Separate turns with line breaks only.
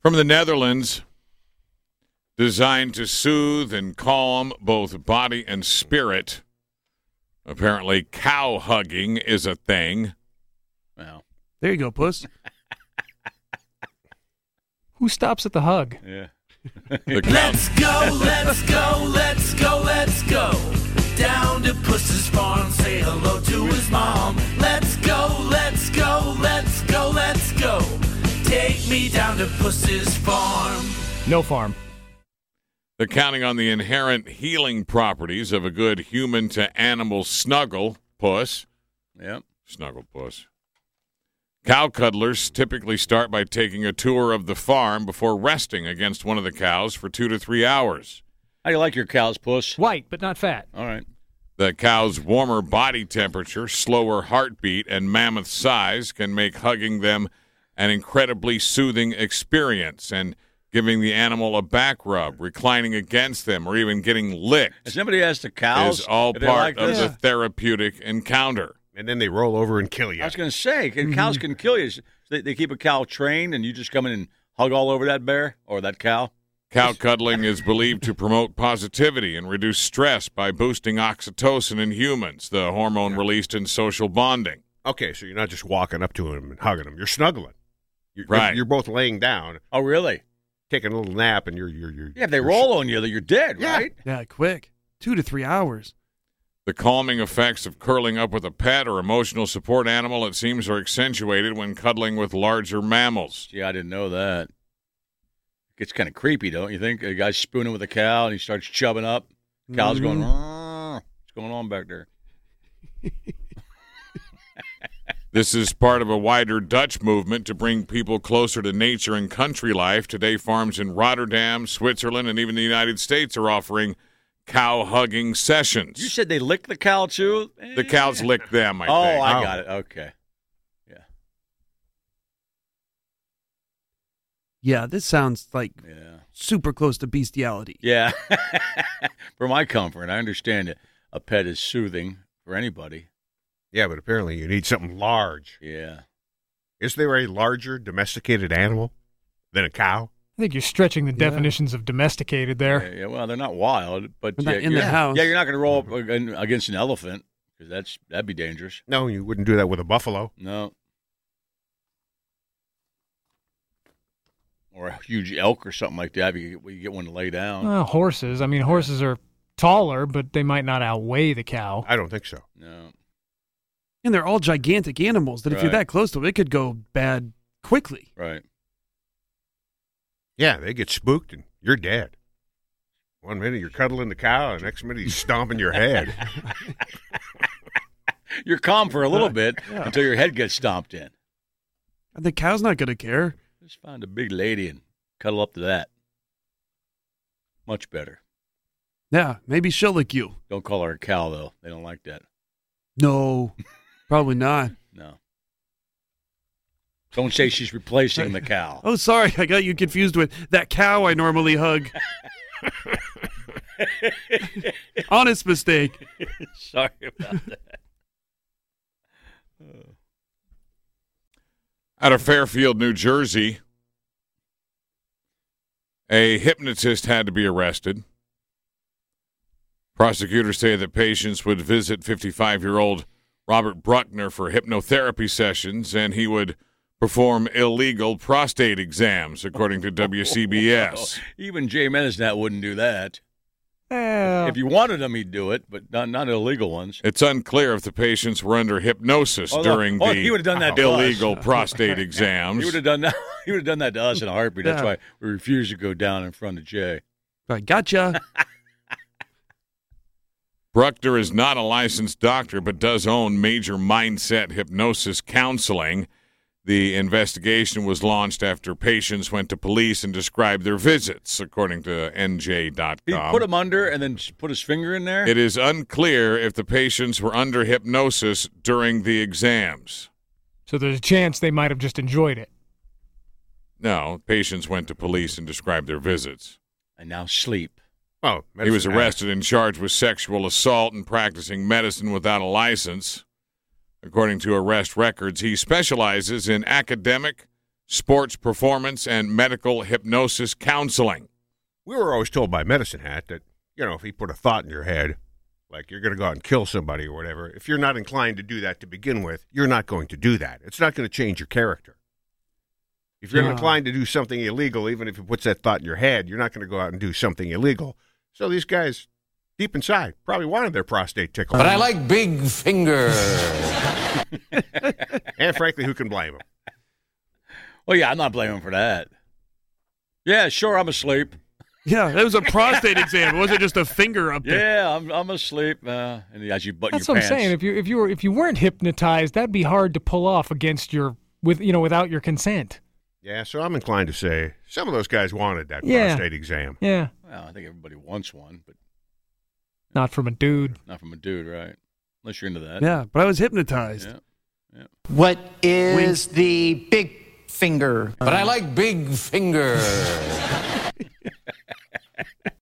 From the Netherlands, designed to soothe and calm both body and spirit. Apparently, cow hugging is a thing.
Well,
There you go, puss. Who stops at the hug?
yeah.
The cow-
go, let's go, let's go, let's go. Down to Puss's farm, say hello to his mom. Let's go, let's go, let's go, let's go. Take me down to Puss's farm.
No farm.
They're counting on the inherent healing properties of a good human to animal snuggle, puss.
Yep.
Snuggle puss. Cow cuddlers typically start by taking a tour of the farm before resting against one of the cows for two to three hours.
How you like your cows, puss?
White, but not fat.
All right.
The cow's warmer body temperature, slower heartbeat, and mammoth size can make hugging them an incredibly soothing experience and giving the animal a back rub, reclining against them, or even getting licked.
Has anybody asked the cows?
is all
if they
part
like
of
this?
the therapeutic encounter.
And then they roll over and kill you.
I was going to say, can, cows can kill you. They, they keep a cow trained, and you just come in and hug all over that bear or that cow.
Cow cuddling is believed to promote positivity and reduce stress by boosting oxytocin in humans, the hormone released in social bonding.
Okay, so you're not just walking up to him and hugging him. You're snuggling. You're,
Right.
You're both laying down,
Oh, really?
taking a little nap, and you're you're you're.
Yeah, if they
you're-
roll on you, that you're dead,
Yeah.
right?
Yeah, quick. Two to three hours.
The calming effects of curling up with a pet or emotional support animal, it seems, are accentuated when cuddling with larger mammals.
Gee, I didn't know that. It's kind of creepy, don't you think? A guy's spooning with a cow, and he starts chubbing up. Cow's going,
Mm-hmm.
"Rrrr." what's going on back there?
This is part of a wider Dutch movement to bring people closer to nature and country life. Today, farms in Rotterdam, Switzerland, and even the United States are offering cow hugging sessions.
You said they licked the cow too.
the cows lick them, I
oh,
think.
I got it. Okay.
Yeah, this sounds like
Yeah.
super close to bestiality.
Yeah. for my comfort, I understand it. A pet is soothing for anybody.
Yeah, but apparently you need something large.
Yeah.
Is there a larger domesticated animal than a cow?
I think you're stretching the definitions of domesticated
Yeah,
there.
yeah, Well, they're not wild, but
They're not
yeah,
in
you're-
the house.
Yeah, you're not going to roll up ag- against an elephant because that's that'd be dangerous.
No, you wouldn't do that with a buffalo.
No. Or a huge elk or something like that. You, you get one to lay down.
Uh, horses. I mean, horses are taller, but they might not outweigh the cow.
I don't think so.
No.
And they're all gigantic animals that if you're
Right.
that close to them, it could go bad quickly.
Right.
Yeah, they get spooked and you're dead. One minute you're cuddling the cow, and next minute he's stomping your head.
You're calm for a
Uh,
little bit until your head gets stomped in.
And the cow's not going to care.
Just find a big lady and cuddle up to that. Much better.
Yeah, maybe she'll lick you.
Don't call her a cow though. They don't like that.
No, probably not.
No. Don't say she's replacing the cow.
Oh, sorry, I got you confused with that cow I normally hug. Honest mistake.
Sorry about that.
Out of Fairfield, New Jersey, a hypnotist had to be arrested. Prosecutors say that patients would visit 55 year old Robert Bruckner for hypnotherapy sessions and he would perform illegal prostate exams, according to WCBS.
Even Jay Menesnat wouldn't do that.
Oh.
Eh,
If you wanted him, he'd do it, but not not illegal ones.
It's unclear if the patients were under hypnosis
Oh, no.
during
Oh,
the
he would've done that to
illegal
us.
prostate
He
exams.
would have done that. He would have done that to us in a heartbeat. That's
Yeah.
why we refuse to go down in front of Jay.
I gotcha.
Bruckner is not a licensed doctor, but does own major mindset hypnosis counseling. The investigation was launched after patients went to police and described their visits, according to
He
Um,
put
NJ.com.
him under and then just put his finger in there.
It is unclear if the patients were under hypnosis during the exams.
so there's a chance they might have just enjoyed it.
No, patients went to police and described their visits.
and now sleep.
Oh,
He was
medicine
arrested and charged with sexual assault and practicing medicine without a license. According to arrest records, he specializes in academic, sports performance, and medical hypnosis counseling.
We were always told by Medicine Hat that, you know, if he put a thought in your head, like you're going to go out and kill somebody or whatever, if you're not inclined to do that to begin with, you're not going to do that. It's not going to change your character. If you're
Yeah.
inclined to do something illegal, even if it puts that thought in your head, you're not going to go out and do something illegal. So these guys, deep inside, probably wanted their prostate tickled.
But I like big finger.
and frankly, who can blame them?
Well, yeah, I'm not blaming him for that. Yeah, sure, I'm asleep.
Yeah, that was a prostate exam. It wasn't just a finger up there.
Yeah, I'm, I'm asleep. Uh, and he- as you button
That's
your
what
pants.
I'm saying. If you if you were if you weren't hypnotized, that'd be hard to pull off against your with you know without your consent.
Yeah, so I'm inclined to say some of those guys wanted that
Yeah.
prostate exam.
Yeah,
Well, I think everybody wants one, but
not from a dude.
not from a dude, right? Unless you're into that.
Yeah, but I was hypnotized.
Yeah.
What is the big finger?
But I like big finger.